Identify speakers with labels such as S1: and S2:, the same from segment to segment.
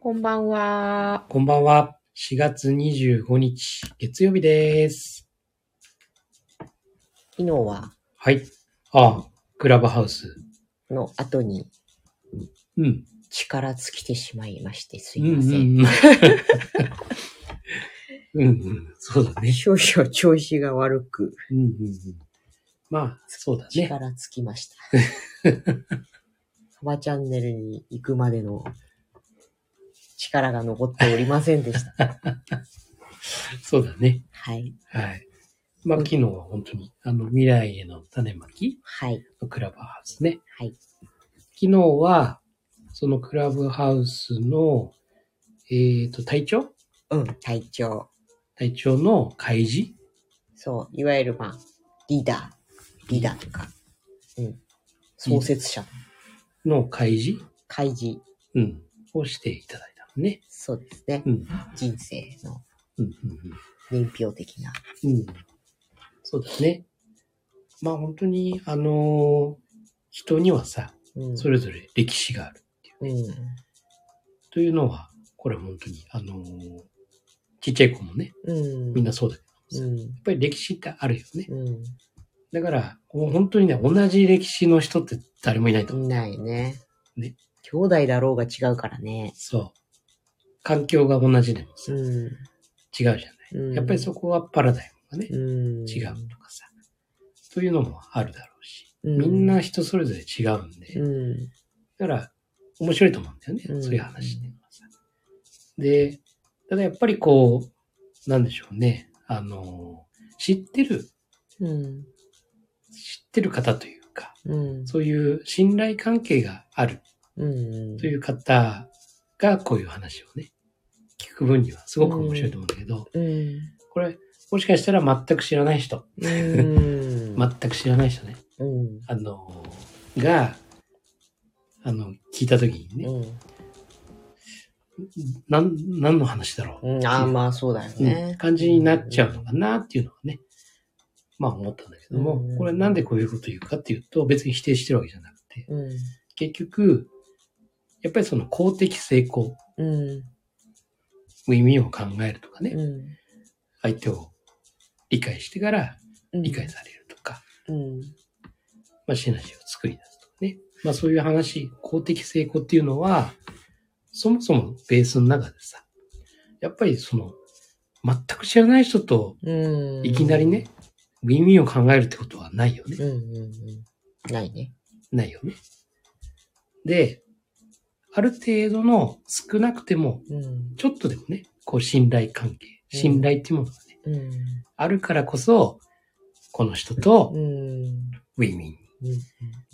S1: こんばんは。
S2: こんばんは。4月25日、月曜日です。
S1: 昨日は、
S2: はい。ああ、クラブハウス。
S1: の後に
S2: うん。
S1: 力尽きてしまいまして、す
S2: う
S1: い
S2: んう
S1: ません。
S2: ん うん。うんうん。そうだね。
S1: 少々調子が悪く、
S2: うんうんうん。まあ、そうだね。
S1: 力尽きました。サバチャンネルに行くまでの力が残っておりませんでした。
S2: そうだね。
S1: はい。
S2: はい。まあ、昨日は本当に、あの、未来への種まき
S1: はい。
S2: のクラブハウスね。
S1: はい。
S2: 昨日は、そのクラブハウスの、えっ、と、隊長
S1: うん、隊長。
S2: 隊長の開示
S1: そう、いわゆるまあ、リーダー。リーダーとか、うん。創設者。
S2: の開示、
S1: 開示。
S2: うん、をしていただいたのね。
S1: そうですね
S2: う。ん。
S1: 人生の
S2: うん。うん
S1: 年表的な。
S2: うん。うん。そうだね。まあ本当に、あのー人にはさ、
S1: うん。
S2: それぞれ歴史がある。
S1: うん。
S2: というのは、これは本当に、あのーちっちゃい子もね、
S1: うん。
S2: みんなそうだけど、
S1: う
S2: やっ
S1: ん。
S2: ぱり歴史ってあるよね。
S1: う
S2: だから、もう本当にね、同じ歴史の人って誰もいないと思う。
S1: ん。ないね。
S2: ね
S1: 兄弟だろうが違うからね。
S2: そう。環境が同じでもさ、違う
S1: う
S2: じゃない。
S1: ん。
S2: やっぱりそこはパラダイムがね、
S1: うん。
S2: 違うとかさ、というのもあるだろうし、
S1: うん。
S2: みんな人それぞれ違うんで、
S1: う
S2: だ
S1: ん。
S2: から面白いと思うんだよね、
S1: うん
S2: そういう話っていうのはさ。で、ただやっぱりこう、なんでしょうね、あの、知ってる、
S1: うん。
S2: 知ってる方というか、
S1: うん。
S2: そういう信頼関係がある
S1: うん。
S2: という方がこういう話をね、聞く分にはすごく面白いと思うんだけど、
S1: うん。
S2: これ、もしかしたら全く知らない人、
S1: うん。
S2: 全く知らない人ね、
S1: うん。
S2: あの、が、あの、聞いたときにね、
S1: うん。
S2: なん、何の話だろう、
S1: うん。ああ、まあそうだよ
S2: うん
S1: ね。
S2: 感じになっちゃうのかなっていうのはね、まあ思ったんだけども、
S1: うん
S2: これなんでこういうこと言うかっていうと、別に否定してるわけじゃなくて、
S1: うん。
S2: 結局、やっぱりその公的成功、
S1: うん。
S2: 耳を考えるとかね、
S1: うん。
S2: 相手を理解してから
S1: うん。
S2: 理解されるとか、
S1: うん。
S2: まあ、シナジーを作り出すとかね。まあ、そういう話、公的成功っていうのは、そもそもベースの中でさ、やっぱりその、全く知らない人と
S1: うん。
S2: いきなりね、耳を考えるってことはないよね
S1: う。ん。うん。うん。ないね。
S2: ないよね。で、ある程度の少なくても、
S1: うん。
S2: ちょっとでもね、こう信頼関係、
S1: うん
S2: 信頼っていうものがね、
S1: うん。
S2: あるからこそ、この人と
S1: う
S2: ウ
S1: ん。
S2: ィンウィン
S1: うん。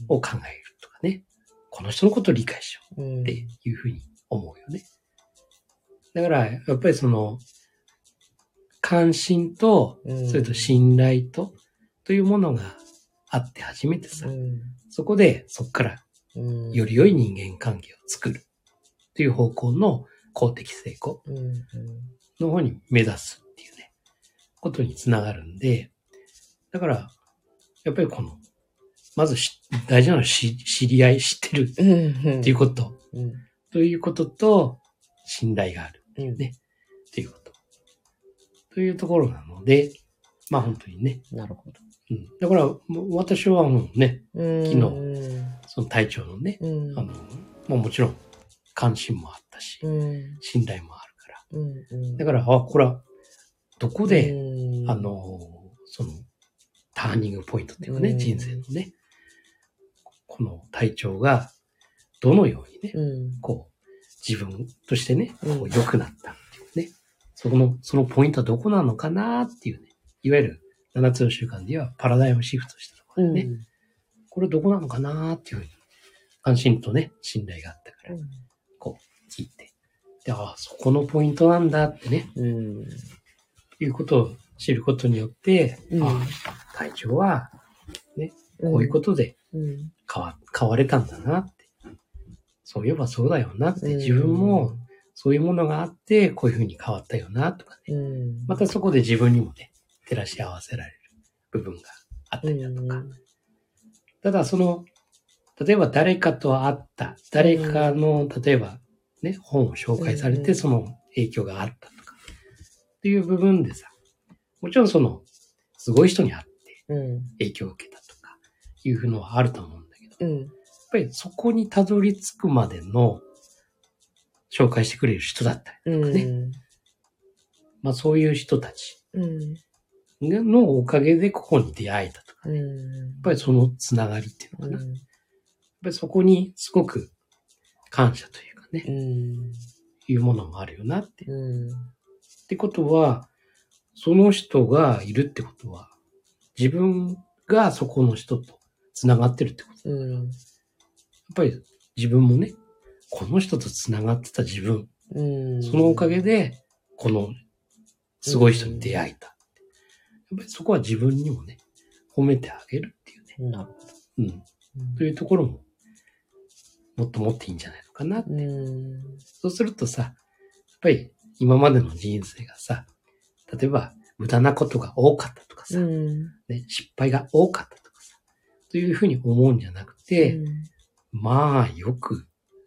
S2: を考えるとかね、この人のことを理解しよう。
S1: うん。
S2: っていうふうに思うよね。だから、やっぱりその、関心と、
S1: うん
S2: それと信頼と、というものがあって初めてさ
S1: う、ん。
S2: そこでそこから
S1: うん。
S2: より良い人間関係を作るという方向の公的成功
S1: うん。うん。
S2: の方に目指すっていうね、ことにつながるんで、だから、やっぱりこの、まずし大事なのはし知り合い、知ってる
S1: っ
S2: っていうこと、
S1: うん。
S2: ということと、信頼がある。
S1: うん。
S2: ねっていうこと。というところなので、まあ本当にね。
S1: なるほど。
S2: うん、だから、もう私はもうね、
S1: 昨
S2: 昨その体調のね、
S1: うん。
S2: あの、まあもちろん関心もあったし、
S1: うん。
S2: 信頼もあるから。
S1: うん。
S2: だ
S1: ら、こ
S2: から、あ、これは、どこ
S1: こ
S2: で、、あ、の、その、ターニングポイントっていうかね、
S1: うん
S2: 人生のね、この体調が、どのようにね、
S1: うん。
S2: こう、自分としてね、こ
S1: う
S2: うん良くなったっていうね。そこの、そのポイントはどこなのかなっていうね。いわゆる、7つの習慣で言えばパラダイムシフトしたところね。
S1: うん
S2: これどこなのかなっていうふうに、関心とね、信頼があったから、聞いて。で、ああ、そこのポイントなんだってね、
S1: うん。
S2: いうことを知ることによって、
S1: うん
S2: ああ、体調はこういうことで
S1: と。うん。
S2: 変わ、変われたんだなって。そういえばそうだよなって、
S1: うん
S2: 自分も、そういうものがあって、こういうふうに変わったよなとかね。
S1: うん。
S2: またそこで自分にもね、照らし合わせられる部分があった
S1: う
S2: り
S1: ん、
S2: だとか。ただその、例えば誰かと会った、誰かの、例えばね、本を紹介され
S1: うんう
S2: て、
S1: ん
S2: その影響があったとか、っていう部分でさ、もちろんその、すごい人に会って
S1: うん。
S2: 影響を受けたとか、いうのはあると思うんだけど、やっ
S1: うん。
S2: ぱりそこにたどり着くまでの、紹介してくれる人だったり、
S1: うん。
S2: まあそういう人たち
S1: うん。
S2: のおかげでここに出会えたとか、
S1: う
S2: やっ
S1: ん。
S2: ぱりそのつながりっていうのかな。やっぱりそこにすごく感謝というかね、
S1: うん。
S2: いうものがあるよなって。っ
S1: うん。
S2: てことは、その人がいるってことは、自分がそこの人とつながってるってこと。
S1: う
S2: やっ
S1: ん。
S2: ぱり自分もね、この人とつながってた自分、
S1: うん。
S2: そのおかげで、このすごい人に出会えた。やっぱりそこは自分にもね、褒めてあげるっていうね。
S1: なる
S2: うん。
S1: ほ
S2: というところも、もっともっといいんじゃないのかな。
S1: ど。うん。
S2: そうするとさ、やっぱり今までの人生がさ、例えば無駄なことが多かったとかさ、
S1: うん。
S2: ね、失敗が多かったとかさ、というふうに思うんじゃなくて、まあよく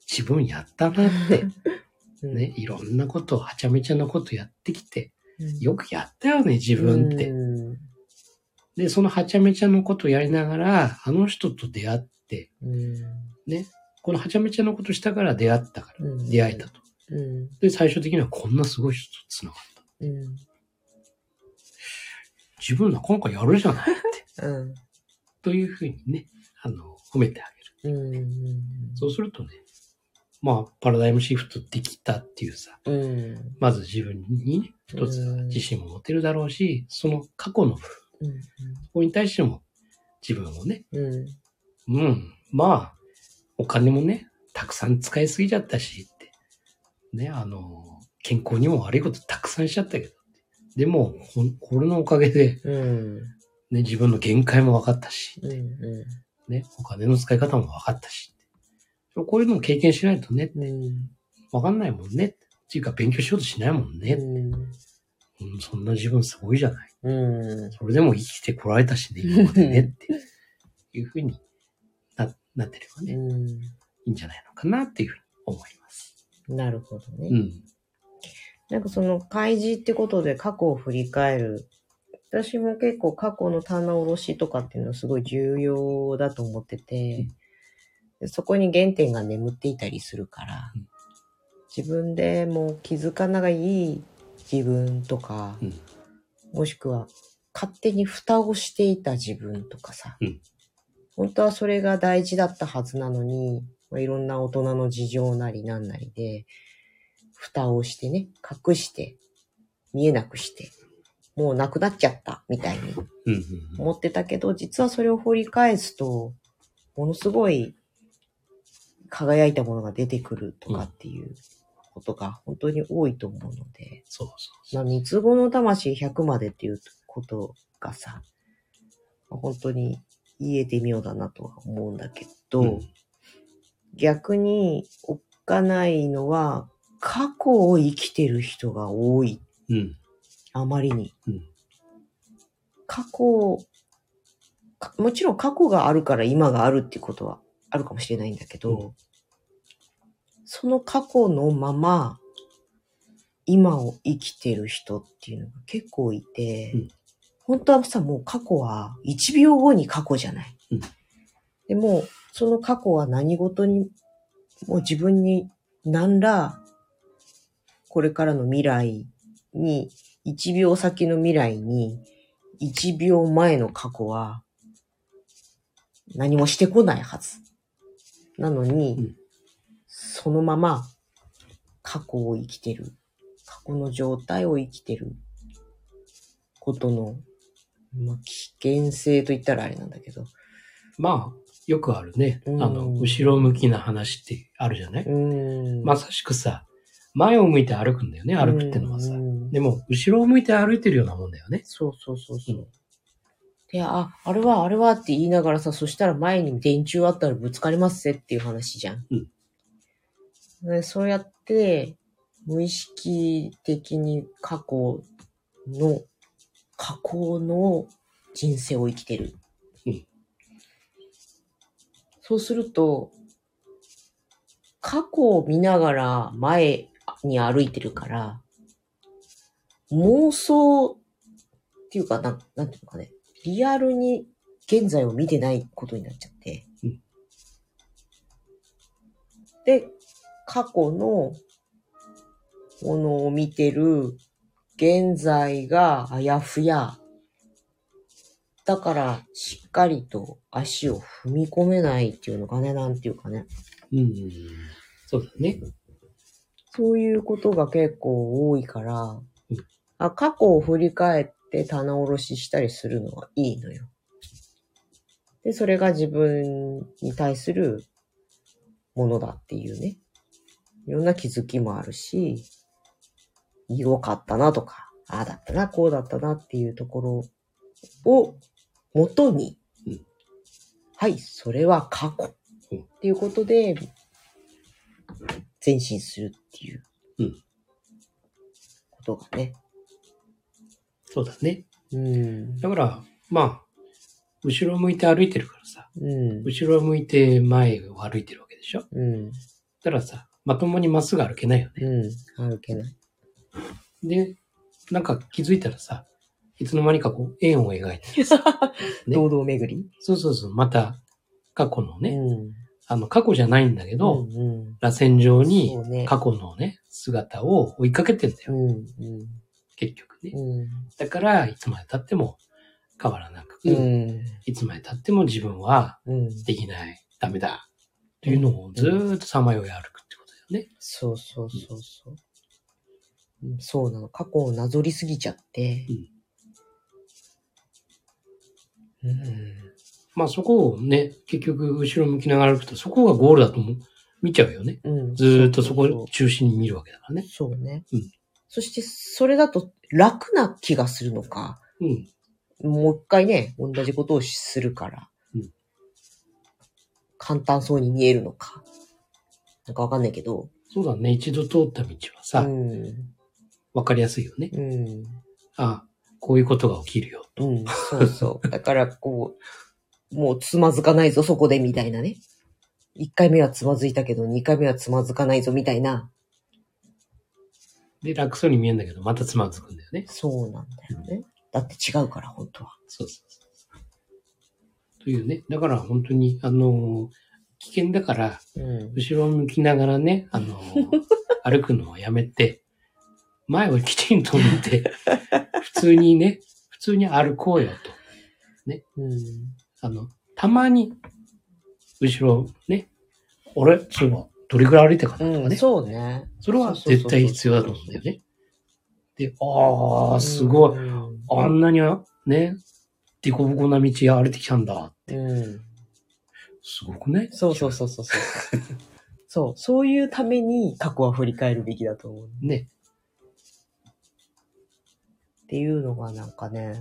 S2: 自分やったなって、
S1: うん。
S2: ね、いろんなことをはちゃめちゃなことやってきて、よくやったよね、自分って。
S1: うん。
S2: で、そのはちゃめちゃのことをやりながら、あの人と出会って、
S1: う
S2: このはちゃめちゃのことしたから出会ったから、
S1: ん。
S2: 出会えたと。
S1: うん。
S2: で、最終的にはこんなすごい人と繋がった。
S1: うん。
S2: 自分なかなかやるじゃ ないって。
S1: うん。
S2: というふうにね、あの、褒めてあげる。
S1: うん。
S2: そうするとね、まあ、パラダイムシフトできたっていうさ、
S1: うん。
S2: まず自分にね、一つ
S1: うん
S2: 自信も持てるだろうし、その過去の部分、そこに対しても自分をね、
S1: うん。
S2: うん、まあ、お金もね、たくさん使いすぎちゃったしって、ね、あの、健康にも悪いことたくさんしちゃったけど、でも、ここれのおかげで、
S1: うん。
S2: ね、自分の限界も分かったし、
S1: うん。うん。
S2: ね、お金の使い方も分かったし。こういうのも経験しないとね、
S1: うん。
S2: 分かんないもんね。っていうか勉強しようとしないもんね。うん、そんな自分すごいじゃない。
S1: うん。
S2: それでも生きてこられたしね、今までね。っていうふうにななってればね、
S1: う
S2: いいんじゃないのかなっていうふうに思います。
S1: ん。なるほどね。
S2: うん。
S1: なんかその開示ってことで過去を振り返る。私も結構過去の棚卸しとかっていうのはすごい重要だと思ってて、でそこに原点が眠っていたりするから
S2: うん、
S1: 自分でもう気づかながいい自分とか、
S2: うん
S1: もしくは勝手に蓋をしていた自分とかさ、
S2: うん
S1: 本当はそれが大事だったはずなのに、まあ、いろんな大人の事情なりなんなりで、蓋をしてね、隠して、見えなくして、もうなくなっちゃった、みたいに
S2: うん、うんうん。
S1: 思ってたけど、実はそれを掘り返すと、ものすごい輝いたものが出てくるとかっていうことが本当に多いと思うので、
S2: そうそうそ
S1: ま
S2: う。
S1: あ、三つ子の魂100までっていうことがさ、本当に言えてみようだなとは思うんだけど、
S2: うん
S1: 逆におっかないのは、過去を生きてる人が多い。
S2: うん。
S1: あまりに。
S2: うん
S1: 過去かもちろん過去があるから今があるっていうことはあるかもしれないんだけど、
S2: う
S1: その過去のまま、今を生きてる人っていうのが結構いて、
S2: うん
S1: 本当はさ、もう過去は1秒後に過去じゃない。
S2: うん
S1: でも、その過去は何事に、もう自分に何ら、これからの未来に、1秒先の未来に、1秒前の過去は、何もしてこないはず。なのに、
S2: うん
S1: そのまま、過去を生きてる。過去の状態を生きてる。ことの、まあ、危険性と言ったらあれなんだけど。
S2: まあ、よくあるね。あ
S1: う
S2: の、
S1: ん
S2: 後ろ向きな話ってあるじゃな
S1: う
S2: い
S1: ーん。
S2: まさしくさ、前を向いて歩くんだよね、歩くってのはさ
S1: う。ん
S2: でも、後ろを向いて歩いてるようなもんだよね。
S1: そうそうそうそう。
S2: うん
S1: で、あ、あれはあれはって言いながらさ、そしたら前に電柱あったらぶつかりますぜっていう話じゃん。
S2: うん
S1: でそうやって、無意識的に過去の、過去の人生を生きてる。
S2: うん
S1: そうすると、過去を見ながら前に歩いてるから、妄想っていうか、なん、なんていうのかね、リアルに現在を見てないことになっちゃって。
S2: うん
S1: で、過去のものを見てる現在があやふや。だから、しっかりと足を踏み込めないっていうのかね、なんていうかね。
S2: うん。そうだね。
S1: そういうことが結構多いから
S2: うん、
S1: あ過去を振り返って棚卸ししたりするのはいいのよ。で、それが自分に対するものだっていうね。いろんな気づきもあるし、良かったなとか、ああだったな、こうだったなっていうところを元に
S2: うん、
S1: はい、それは過去
S2: うん
S1: っていうことで前進するっていう、
S2: うん
S1: ことがね。
S2: そうだね。
S1: うん。
S2: だから、まあ、後ろ向いて歩いてるからさ、
S1: うん。
S2: 後ろ向いて前を歩いてるわけでしょ。
S1: うん。
S2: だからさ、まともにまっすぐ歩けないよね。
S1: うん。歩けない。
S2: で、なんか気づいたらさ、いつの間にかこう、円を描いてる。ね
S1: 堂々巡り
S2: そうそうそう、また、過去のね、
S1: うん。
S2: あの、過去じゃないんだけど、
S1: うんうん。
S2: 螺旋状に
S1: そうね
S2: 過去のね、姿を追いかけてんだ
S1: う
S2: よ、
S1: ん。うん。
S2: 結局ね。
S1: うん。
S2: だから、いつまで経っても変わらなく、
S1: うん。
S2: いつまで経っても自分は
S1: うん。
S2: できない、ダメだ、っていうのをずーっとさまよい歩くってことだよね。
S1: そうそうそうそう。うんそうなの。過去をなぞりすぎちゃって。うん。
S2: まあそこをね、結局後ろ向きながら歩くと、そこがゴールだと思う見ちゃうよね。
S1: うん。
S2: ずーっとそこ
S1: そうそう
S2: を中心に見るわけだからね。
S1: そうね。
S2: うん
S1: そして、それだと楽な気がするのか。
S2: うん。
S1: もう一回ね、同じことをするから、
S2: うん
S1: 簡単そうに見えるのか。なんかわかんないけど。
S2: そうだね。一度通った道は
S1: う
S2: さ、
S1: ん。
S2: わかりやすいよね。
S1: うん。
S2: あ、こういうことが起きるよ。
S1: うん。そう そう。だから、こう、もうつまずかないぞ、そこで、みたいなね。一回目はつまずいたけど、二回目はつまずかないぞ、みたいな。
S2: で、楽そうに見えるんだけど、またつまずくんだよね。
S1: そうなんだよね。だって違うから、本当は。
S2: そうそうそう。というね。だから本当に、あのー危険だから、
S1: うん。
S2: 後ろを向きながらね、あの ー歩くのをやめて、前をきちんと見て、普通にね、普通に歩こうよと。
S1: うん。
S2: あの、たまに、後ろね、俺、そういえば、どれぐらい歩いたかなとか
S1: う
S2: ね。
S1: ん、そうね。
S2: それは絶対必要だと思うんだよね。で、ああ、すごい。
S1: うん。
S2: あんなにね、デコボコな道歩いてきたんだ。
S1: うん
S2: すごくね
S1: そうそうそうそうそう。そう、そういうために過去は振り返るべきだと思う。
S2: う。ね。
S1: っていうのがなんかね、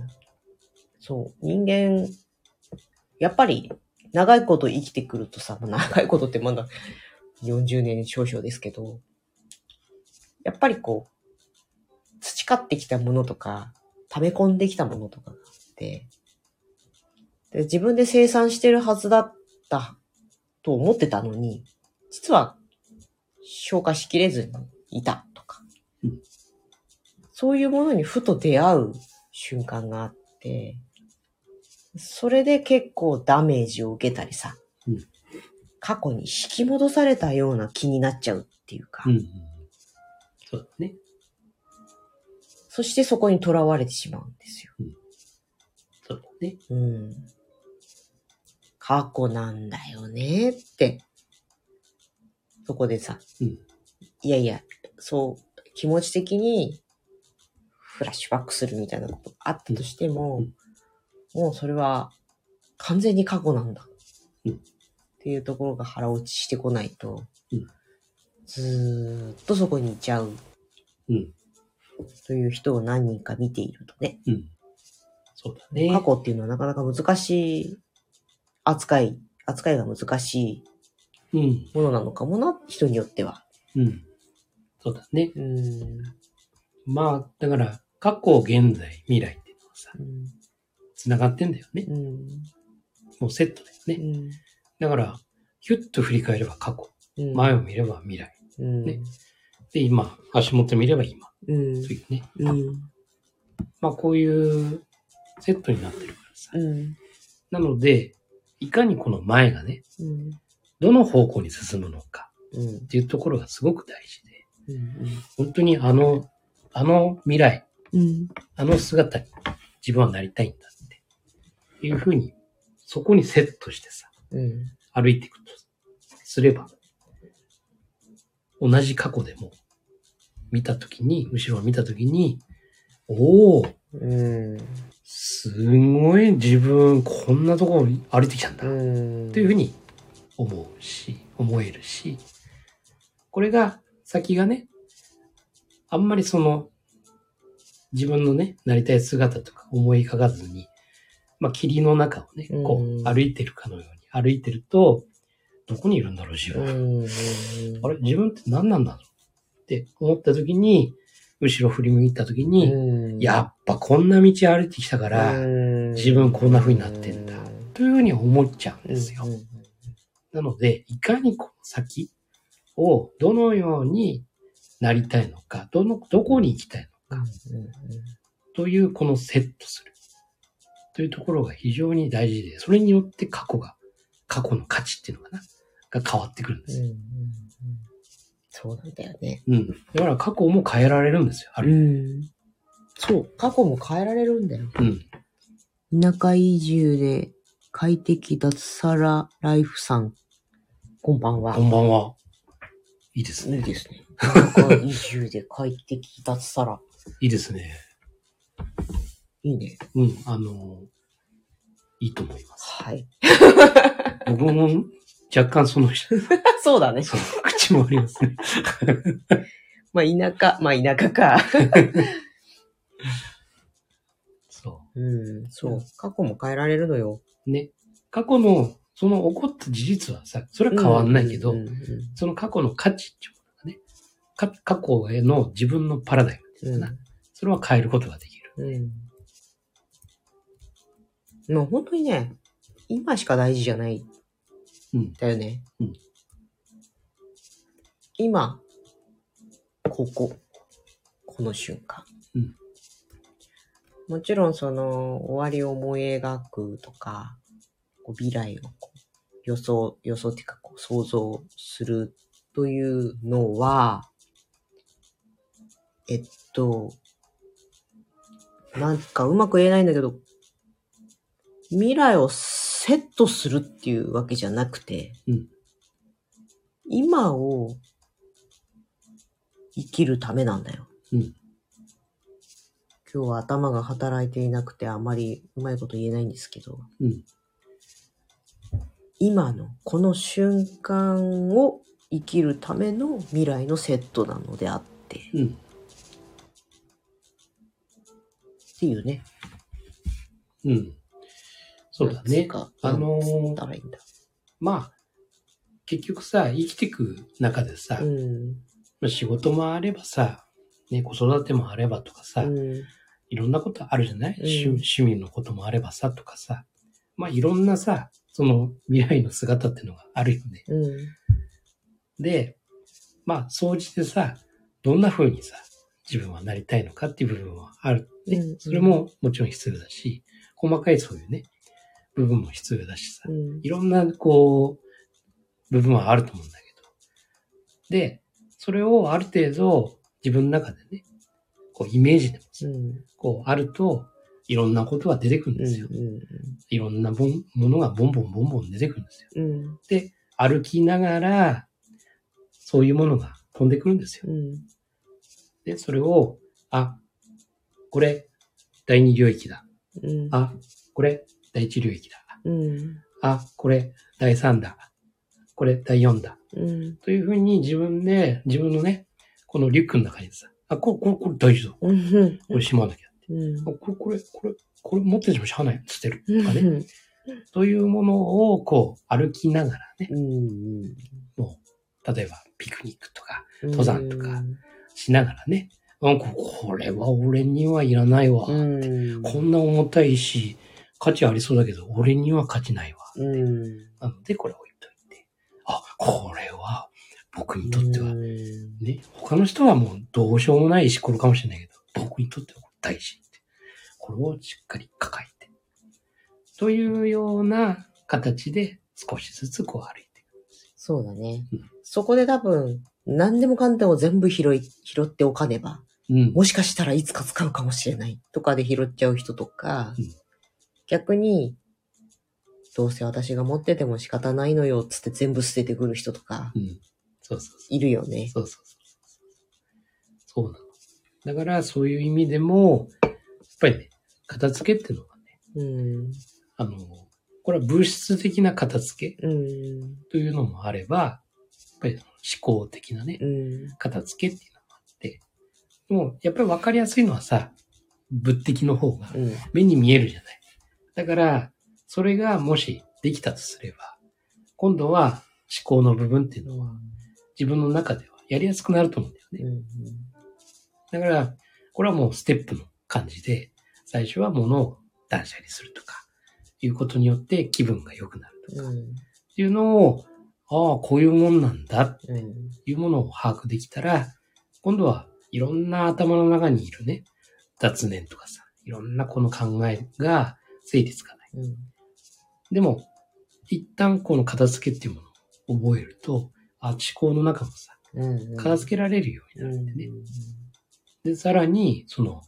S1: そう、人間、やっぱり長いこと生きてくるとさ、まあ長いことってまだ40年少々ですけど、やっぱりこう、培ってきたものとか、溜め込んできたものとかがあって、で自分で生産してるはずだったと思ってたのに、実は消化しきれずにいたとか
S2: うん、
S1: そういうものにふと出会う瞬間があって、それで結構ダメージを受けたりさ、
S2: うん
S1: 過去に引き戻されたような気になっちゃうっていうか、
S2: うんうん。そうだね。
S1: そしてそこに囚われてしまうんですよ。
S2: そうだね。
S1: うん。過去なんだよねって。そこでさ、
S2: うん
S1: いやいや、そう、気持ち的にフラッシュバックするみたいなことあったとしても、
S2: うん
S1: もうそれは完全に過去なんだ。
S2: うん
S1: っていうところが腹落ちしてこないと、
S2: うん
S1: ずーっとそこにいちゃう
S2: うん。
S1: という人を何人か見ているとね。
S2: うん。そうだね。
S1: 過去っていうのはなかなか難しい扱い、扱いが難し
S2: うん。
S1: いものなのかもな、人によっては。
S2: うん。そうだね。
S1: うーん。
S2: まあ、だから、過去、現在、未来っていうのはさ、
S1: うん。
S2: 繋がってんだよね。
S1: うん。
S2: もうセットだよね。だから、ひゅっと振り返れば過去。
S1: うん
S2: 前を見れば未来。
S1: うん
S2: ねで、今、足元見れば今。
S1: うん
S2: というね。
S1: うん
S2: まあ、こういうセットになってるからさ。
S1: うん
S2: なので、いかにこの前がね、
S1: うん
S2: どの方向に進むのか
S1: うん
S2: っていうところがすごく大事で、
S1: うん
S2: 本当にあの、あの未来、
S1: うん
S2: あの姿に自分はなりたいんだっていうふうに、そこにセットしてさ、
S1: うん
S2: 歩いていくとすれば、同じ過去でも、見たときに、後ろを見たときに、おお
S1: うん
S2: すごい自分、こんなところに歩いてきたんだ。
S1: うん
S2: というふうに思うし、思えるし、これが先がね、あんまりその、自分のね、なりたい姿とか思い描かずに、まあ、霧の中をね、こ
S1: うん
S2: う、歩いてるかのように歩いてると、どこにいるんだろう、自
S1: うん
S2: 分。
S1: うん
S2: あれ、自分って何なんだろうって思った時に、後ろ振り向いた時に、
S1: うん
S2: やっぱこんな道歩いてきたから、
S1: うん
S2: 自分こんな風になってんだ
S1: う
S2: というふうに思っちゃうんですよ。
S1: うん
S2: なので、いかにこの先をどのようになりたいのか、どの、どこに行きたいのか、というこのセットする。というところが非常に大事で、それによって過去が、過去の価値っていうのかな、が変わってくるんで
S1: う
S2: す
S1: んうん
S2: よ。
S1: うんそうなんだよね。
S2: うん。だから過去も変えられるんですよ、ある。
S1: ん。そう、過去も変えられるんだよ。
S2: うん。
S1: 田舎移住で快適脱サラライフさん。こんばんは。
S2: こんばんは。いいです
S1: いい
S2: ね。
S1: ですね。田舎移住で快適脱サラ。
S2: いいですね。
S1: いいね。
S2: うん。あの、いいと思います。
S1: はい。
S2: 僕も若干その、そ
S1: そうだね。
S2: の口もあります ね。
S1: まあ田舎、まあ田舎か。
S2: そう。
S1: うん、そう。過去も変えられるのよ。
S2: ね、過去の、その起こった事実はさ、それは変わんないけど、
S1: うんうんうん
S2: その過去の価値っていうものがね、か過去への自分のパラダイムっていうのかな、それは変えることができる。
S1: うん。もう本当にね、今しか大事じゃないん
S2: うん。
S1: だよね。
S2: うん
S1: 今、ここ、この瞬間。
S2: うん
S1: もちろんその終わりを思い描くとか、こう未来をこう予想、予想っていうかこう想像するというのは、えっと、なんかうまく言えないんだけど、未来をセットするっていうわけじゃなくて、
S2: うん
S1: 今を生きるためなんだよ。
S2: うん
S1: 今日は頭が働いていなくてあまりうまいこと言えないんですけど、
S2: うん。
S1: 今のこの瞬間を生きるための未来のセットなのであって、っ
S2: うん。
S1: ていうね。
S2: うん。そうだ
S1: なんつ
S2: ね。
S1: か
S2: あの
S1: なんつっ
S2: ー
S1: たらいいんだ。
S2: まあ、結局さ、生きてく中でさ、
S1: うん。
S2: まあ仕事もあればさ、ね、子育てもあればとかさ、
S1: うん。
S2: いろんなことあるじゃない、
S1: うん
S2: 趣趣味のこともあればさ、とかさ。まあ、いろんなさ、その未来の姿ってのがあるよね。
S1: うん。
S2: で、まあ、総じてさ、どんな風にさ、自分はなりたいのかっていう部分はある。ね
S1: うんうん
S2: それももちろん必要だし、細かいそういうね、部分も必要だしさ
S1: う、ん
S2: いろんな、こう、部分はあると思うんだけど。で、それをある程度自分の中でね、こう、イメージでもさ、
S1: うん
S2: こう、あると、いろんなことが出てくるんですよ。
S1: うん
S2: いろんなもんものがボンボンボンボン出てくるんですよ。
S1: うん
S2: で、歩きながら、そういうものが飛んでくるんですよ。
S1: うん
S2: で、それを、あ、これ、第二領域だ。
S1: うん
S2: あ、これ、第一領域だ。
S1: うん
S2: あ、これ、第三だ。これ、第四だ。
S1: うん
S2: というふうに自分で、自分のね、このリュックの中にさ、あ、これ、これ、これ大事だ。
S1: うんうん
S2: これしまわなきゃ。
S1: うん
S2: あこれ、これ、これ、これ持っててもしゃあない。捨てる。とか
S1: う
S2: ね。
S1: ん
S2: というものを、こう、歩きながらね、
S1: うん
S2: もう、例えば、ピクニックとか、
S1: うん
S2: 登山とかしながらね、なんかこれは俺にはいらないわ。
S1: うん
S2: こんな重たいし、価値ありそうだけど、俺には価値ないわ。
S1: うん
S2: なので、これ置いといて。あ、これは僕にとっては
S1: う。ん
S2: ね、他の人はもうどうしようもない石ころかもしれないけど、僕にとっては大事って。これをしっかり抱えて。というような形で少しずつこう歩いていく。
S1: そうだね
S2: うん。
S1: そこで多分、何でもかんでも全部拾い、拾っておかねば、
S2: うん。
S1: もしかしたらいつか使うかもしれないとかで拾っちゃう人とか、
S2: うん
S1: 逆に、どうせ私が持ってても仕方ないのよっつって全部捨ててくる人とか、
S2: うん。そうそうそう。
S1: いるよね。
S2: そうそうそう。そうなの。だからそういう意味でも、やっぱりね、片付けっていうのはね、
S1: うん。
S2: あの、これは物質的な片付け
S1: うん。
S2: というのもあれば、やっぱり思考的なね、
S1: うん。
S2: 片付けっていうのもあって、でもやっぱり分かりやすいのはさ、物的の方が
S1: うん。
S2: 目に見えるじゃない。だから、それがもしできたとすれば、今度は思考の部分っていうのは自分の中ではやりやすくなると思うんだよね。
S1: うん
S2: だから、これはもうステップの感じで、最初は物を断捨離するとか、いうことによって気分が良くなると
S1: う
S2: か、っ
S1: ん。
S2: ていうのを、ああ、こういうもんなんだ
S1: うん。
S2: いうものを把握できたら、今度はいろんな頭の中にいるね、雑念とかさ、いろんなこの考えが整理つかない。
S1: うん。
S2: でも、一旦この片付けっていうものを覚えると、あ思考の中もさ、
S1: うん。
S2: 片付けられるようになるんでね。
S1: う
S2: で、さらに、その、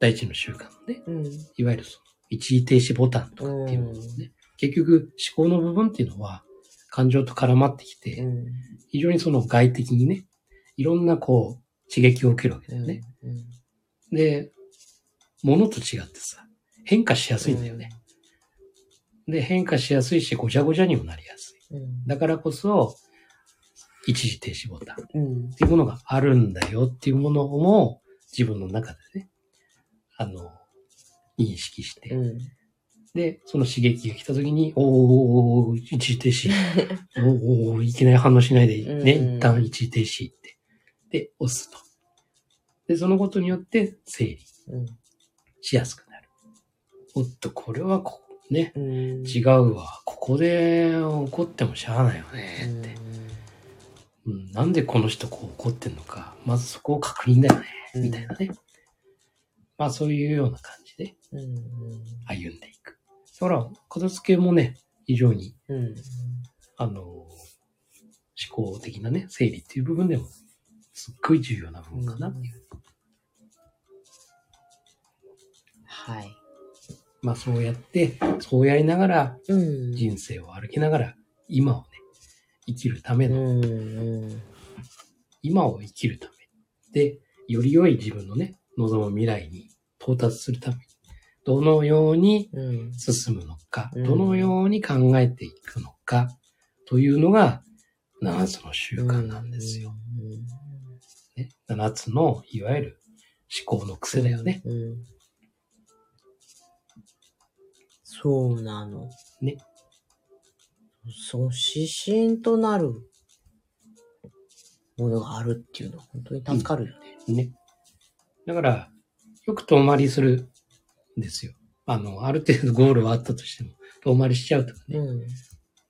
S2: 第一の習慣のね、
S1: ん。うん。
S2: いわゆるその一時停止ボタンとかっていうものもね、結局思考の部分っていうのは感情と絡まってきて、
S1: うん。
S2: 非常にその外的にね、いろんなこう、刺激を受けるわけだよね。
S1: うん。
S2: で、物と違ってさ、変化しやすいんだよね。で、変化しやすいし、ごちゃごちゃにもなりやすい。
S1: うん。
S2: だからこそ、一時停止ボタンっ
S1: うん。
S2: ていうものがあるんだよっていうものも、自分の中でね、あの、認識して、
S1: うん。
S2: で、その刺激が来た時に、おーおーおーおー一時停止。おーおーおーいきなり反応しないでいい、ね、
S1: うん
S2: 一旦一時停止って。で、押すと。で、そのことによって整理
S1: うん。
S2: しやすくなる。おっと、これはここね。
S1: うん。
S2: 違うわ。ここで怒ってもしゃあないよねって。うん、なんでこの人こう怒ってんのか。まずそこを確認だよね。
S1: うん
S2: みたいなね。まあそういうような感じで
S1: うん。
S2: 歩んでいく。だから、片付けもね、非常に
S1: うん。うん。
S2: あの、思考的なね、整理っていう部分でも、すっごい重要な部分かなっていう。
S1: はい。
S2: まあそうやって、そうやりながら、
S1: うん。
S2: 人生を歩きながら、今をね、生きるため
S1: う
S2: の、
S1: ん。うん。
S2: 今を生きるため。で、より良い自分のね、望む未来に到達するために、どのように
S1: うん。
S2: 進むのか、
S1: うん
S2: どのように考えていくのか、というのが、7つの習慣なんですよ。ね、7つのいわゆる思考の癖だよね。
S1: うん。うん。そうなの。
S2: ね。
S1: その指針となるものがあるっていうのは本当に助かるよね。
S2: ね。だから、よく遠回りするんですよ。あの、ある程度ゴールはあったとしても、遠回りしちゃうとかね。
S1: うん。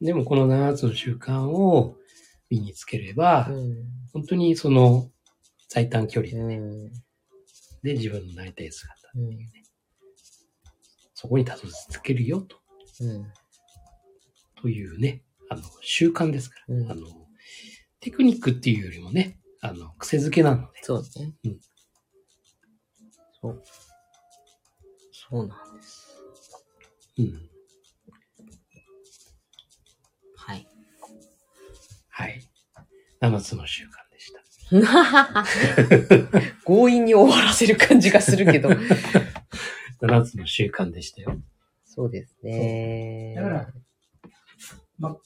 S2: でも、この7つの習慣を身につければ、
S1: うん。
S2: 本当にその最短距離
S1: うん。
S2: で自分のなりたい姿、
S1: うん。
S2: そこにたどり着けるよと、
S1: うん。
S2: というね、あの、習慣ですから。
S1: うん
S2: あの、テクニックっていうよりもね、あの、癖づけなので、
S1: そうね。
S2: うん
S1: そう。そうなんです。
S2: うん。
S1: はい。
S2: はい。7つの習慣でした。
S1: 強引に終わらせる感じがするけど。
S2: 7つの習慣でしたよ。
S1: そうですね。
S2: だから、まあ、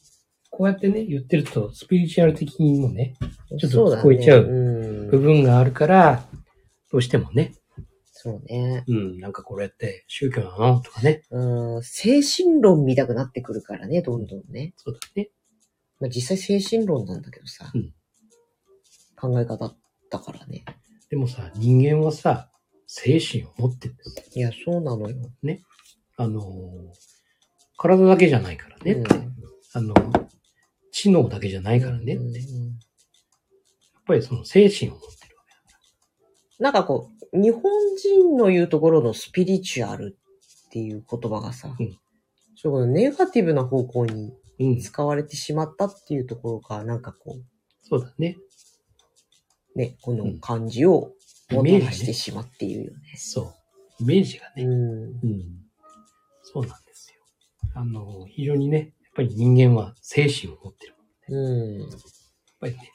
S2: こうやってね、言ってると、スピリチュアル的にもね、ちょっと聞こえちゃう
S1: そうだねう
S2: 部
S1: ん。
S2: 分があるから、どうしてもね、
S1: そうね。
S2: うん、なんかこれって宗教なのとかね、
S1: うん。精神論見たくなってくるからね、どんどんね。
S2: そうだね。
S1: まあ、実際精神論なんだけどさ。
S2: うん
S1: 考え方だからね。
S2: でもさ、人間はさ、精神を持ってるんですよ。
S1: いや、そうなのよ。
S2: あのー体だけじゃないからね、
S1: うん
S2: あの、知能だけじゃないからねって。
S1: う
S2: や
S1: ん
S2: っ
S1: うんうん
S2: ぱりその精神を持ってるわけ
S1: なんかこう、日本人の言うところのスピリチュアルっていう言葉がさ、
S2: うん
S1: そういうことネガティブな方向に
S2: だ。うん。
S1: 使われてしまったっていうところが、なんかこ
S2: そうだね。
S1: う、ね、こ
S2: う
S1: の
S2: ん
S1: 感じを
S2: イ
S1: も
S2: メー
S1: たら
S2: ジ
S1: し
S2: ね
S1: て。しまっているよね。
S2: そう。イメージがね。
S1: うん。
S2: うん。そうなんですよ。あの、非常にね、やっぱり人間は精神を持ってる。やっ
S1: うん。
S2: ぱりね、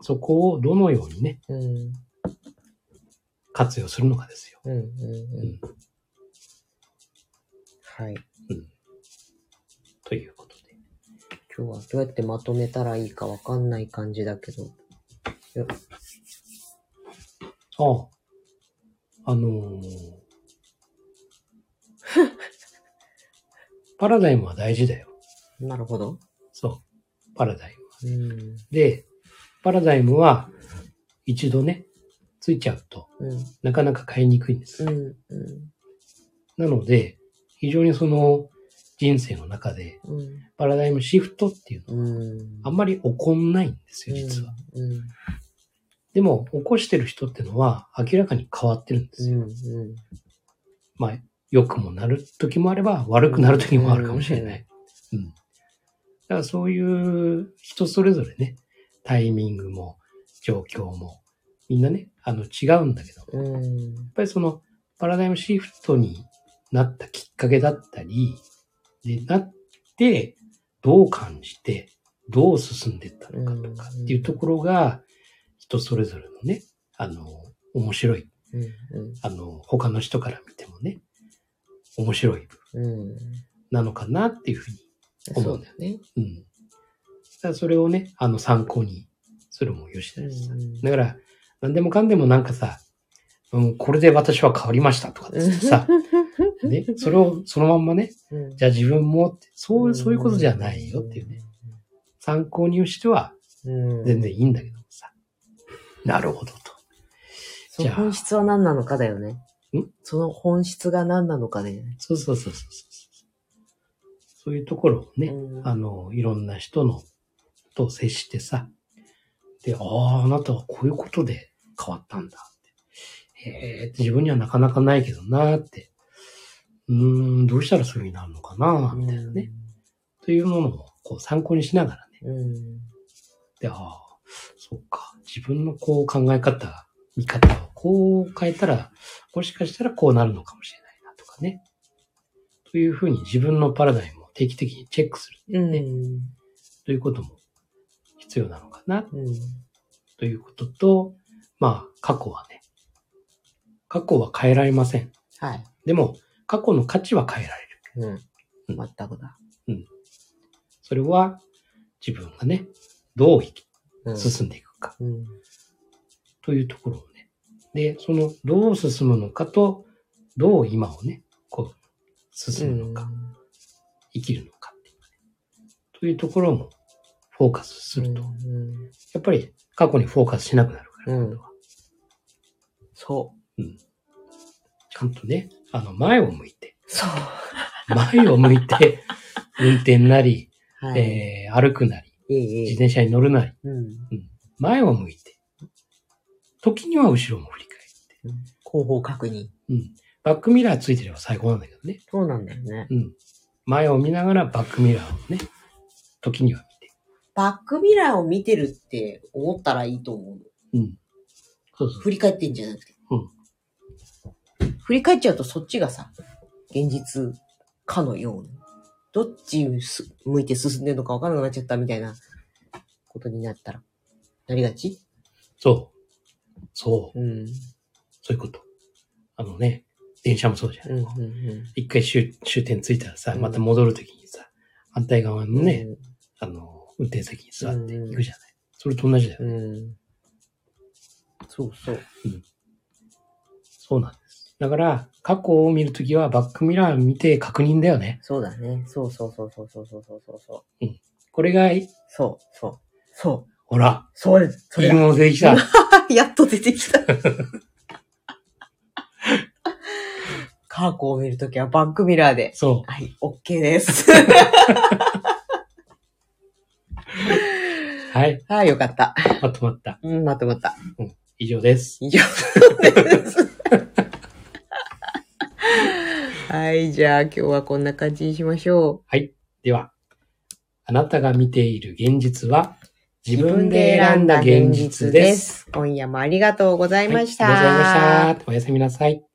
S2: そこをどのようにね、
S1: うん。うん。
S2: 活用するのかですよ。
S1: うん。うん。はい。
S2: ということで。
S1: 今日はどうやってまとめたらいいかわかんない感じだけど。
S2: ああ。あのーパラダイムは大事だよ。
S1: なるほど。
S2: そう。パラダイム。
S1: うん。
S2: で、パラダイムは一度ね、ついちゃうと
S1: うん。
S2: なかなか変えにくいんです。
S1: うん。うん
S2: なので、非常にその人生の中で
S1: うん。
S2: パラダイムシフトっていうの
S1: うん。
S2: あんまり起こんないんですよ、実は。
S1: うん。うん。
S2: でも、起こしてる人ってのは明らかに変わってるんですよ。
S1: うん。うん。
S2: まあ、良くもなる時もあれば、悪くなる時もあるかもしれない。うん。だからそういう人それぞれね、タイミングも状況も、みんなね、あの違うんだけど、やっ
S1: うん。
S2: ぱりそのパラダイムシフトになったきっかけだったり、で、なって、どう感じて、どう進んでいったのかとかっていうところが、人それぞれのね、あの、面白い
S1: うん。
S2: あの、他の人から見てもね、面白い部分
S1: うん。
S2: なのかなっていうふうに。
S1: そうだね。
S2: うん。だからそれをね、あの、参考にするも吉田です。
S1: うん
S2: だから、何でもかんでもなんかさ、うん、これで私は変わりましたとかっつって さ、ね、それをそのまんまね、
S1: うん
S2: じゃあ自分もって、そう、そういうことじゃないよっていうね、。参考にしては
S1: うん。
S2: 全然いいんだけどもさ、なるほどと。
S1: そ
S2: じ
S1: の
S2: ゃあ
S1: 本質は何なのかだよね。
S2: ん
S1: その本質が何なのかだよね。
S2: そうそうそうそうそうそう。そういうところをね、
S1: うん
S2: あの、いろんな人の、と接してさ、で、ああ、あなたはこういうことで変わったんだって。へえって自分にはなかなかないけどなーって。うーん、どうしたらそういうふうになるのかなーみたいなね。というものをこう参考にしながらね。
S1: うん。
S2: で、ああ、そうか。自分のこう考え方、見方をこう変えたら、もしかしたらこうなるのかもしれないなとかね。というふうに自分のパラダイムを定期的にチェックする
S1: うん。
S2: ねということも必要なのかな
S1: うん。
S2: ということと、まあ、過去はね、過去は変えられません。
S1: はい。
S2: でも、過去の価値は変えられる。
S1: うん。全くだ。
S2: それは自分がね、どう生き
S1: うん。
S2: 進んでいくか
S1: うん。
S2: というところをね。で、その、どう進むのかと、どう今をね、こう、進むのか、生きるのかっていうねというところもフォーカスすると、
S1: うん
S2: やっぱり過去にフォーカスしなくなるから、
S1: うん
S2: 今度は
S1: そう。
S2: ちゃんとね、あの、前を向いて、
S1: そう。
S2: 前を向い て、運転なり、
S1: はい。
S2: えー歩くなり、
S1: ええ
S2: 自
S1: ええ。
S2: 転車に乗るなり、
S1: うん。
S2: 前を向いて、時には後ろも振り返
S1: 後方確認。
S2: る。うん。バックミラーついてれば最高なんだけどね。
S1: そうなんだよね。
S2: うん。前を見ながらバックミラーをね、時には
S1: バックミラーを見てるって思ったらいいと思うの。
S2: 見て。うん。そうそう。
S1: 振り返ってんじゃなくて。振り返っちゃうとそっちがさ、現実かのような。どっち向いて進んでるのか分からなくなっちゃったみたいなことになったら、なりがち
S2: そう。そう。
S1: うん。
S2: そういうこと。あのね、電車もそうじゃん。
S1: うん、うん、
S2: 一回終終点ついたらさ、
S1: うん
S2: また戻るときにさ、反対側
S1: う
S2: の
S1: ん。
S2: ね、あの、運転席に座って
S1: うん
S2: 行くじゃない。それと同じだよ。
S1: うん。そうそう。
S2: そうなんです。だから、過去を見るときはバックミラー見て確認だよね。
S1: そうだね。そうそうそうそうそうそうそうそうそう。
S2: これが、
S1: そうそう。そう。
S2: ほら、
S1: そうです。そ
S2: い
S1: れ
S2: い
S1: だ
S2: ものできた。
S1: やっと出てきた。カーコを見るときはバックミラーで。
S2: そ
S1: はい、OK です。
S2: はい。
S1: ああ、よかった。
S2: まとまった。
S1: うん、まとまった。
S2: 以上です。
S1: 以上です。はい、じゃあ今日はこんな感じにしましょ
S2: では、あなたが見ている現実は、自分で選んだ現実です。
S1: う。今夜もありがとうございました。
S2: はいありがとうございました。おやすみなさい。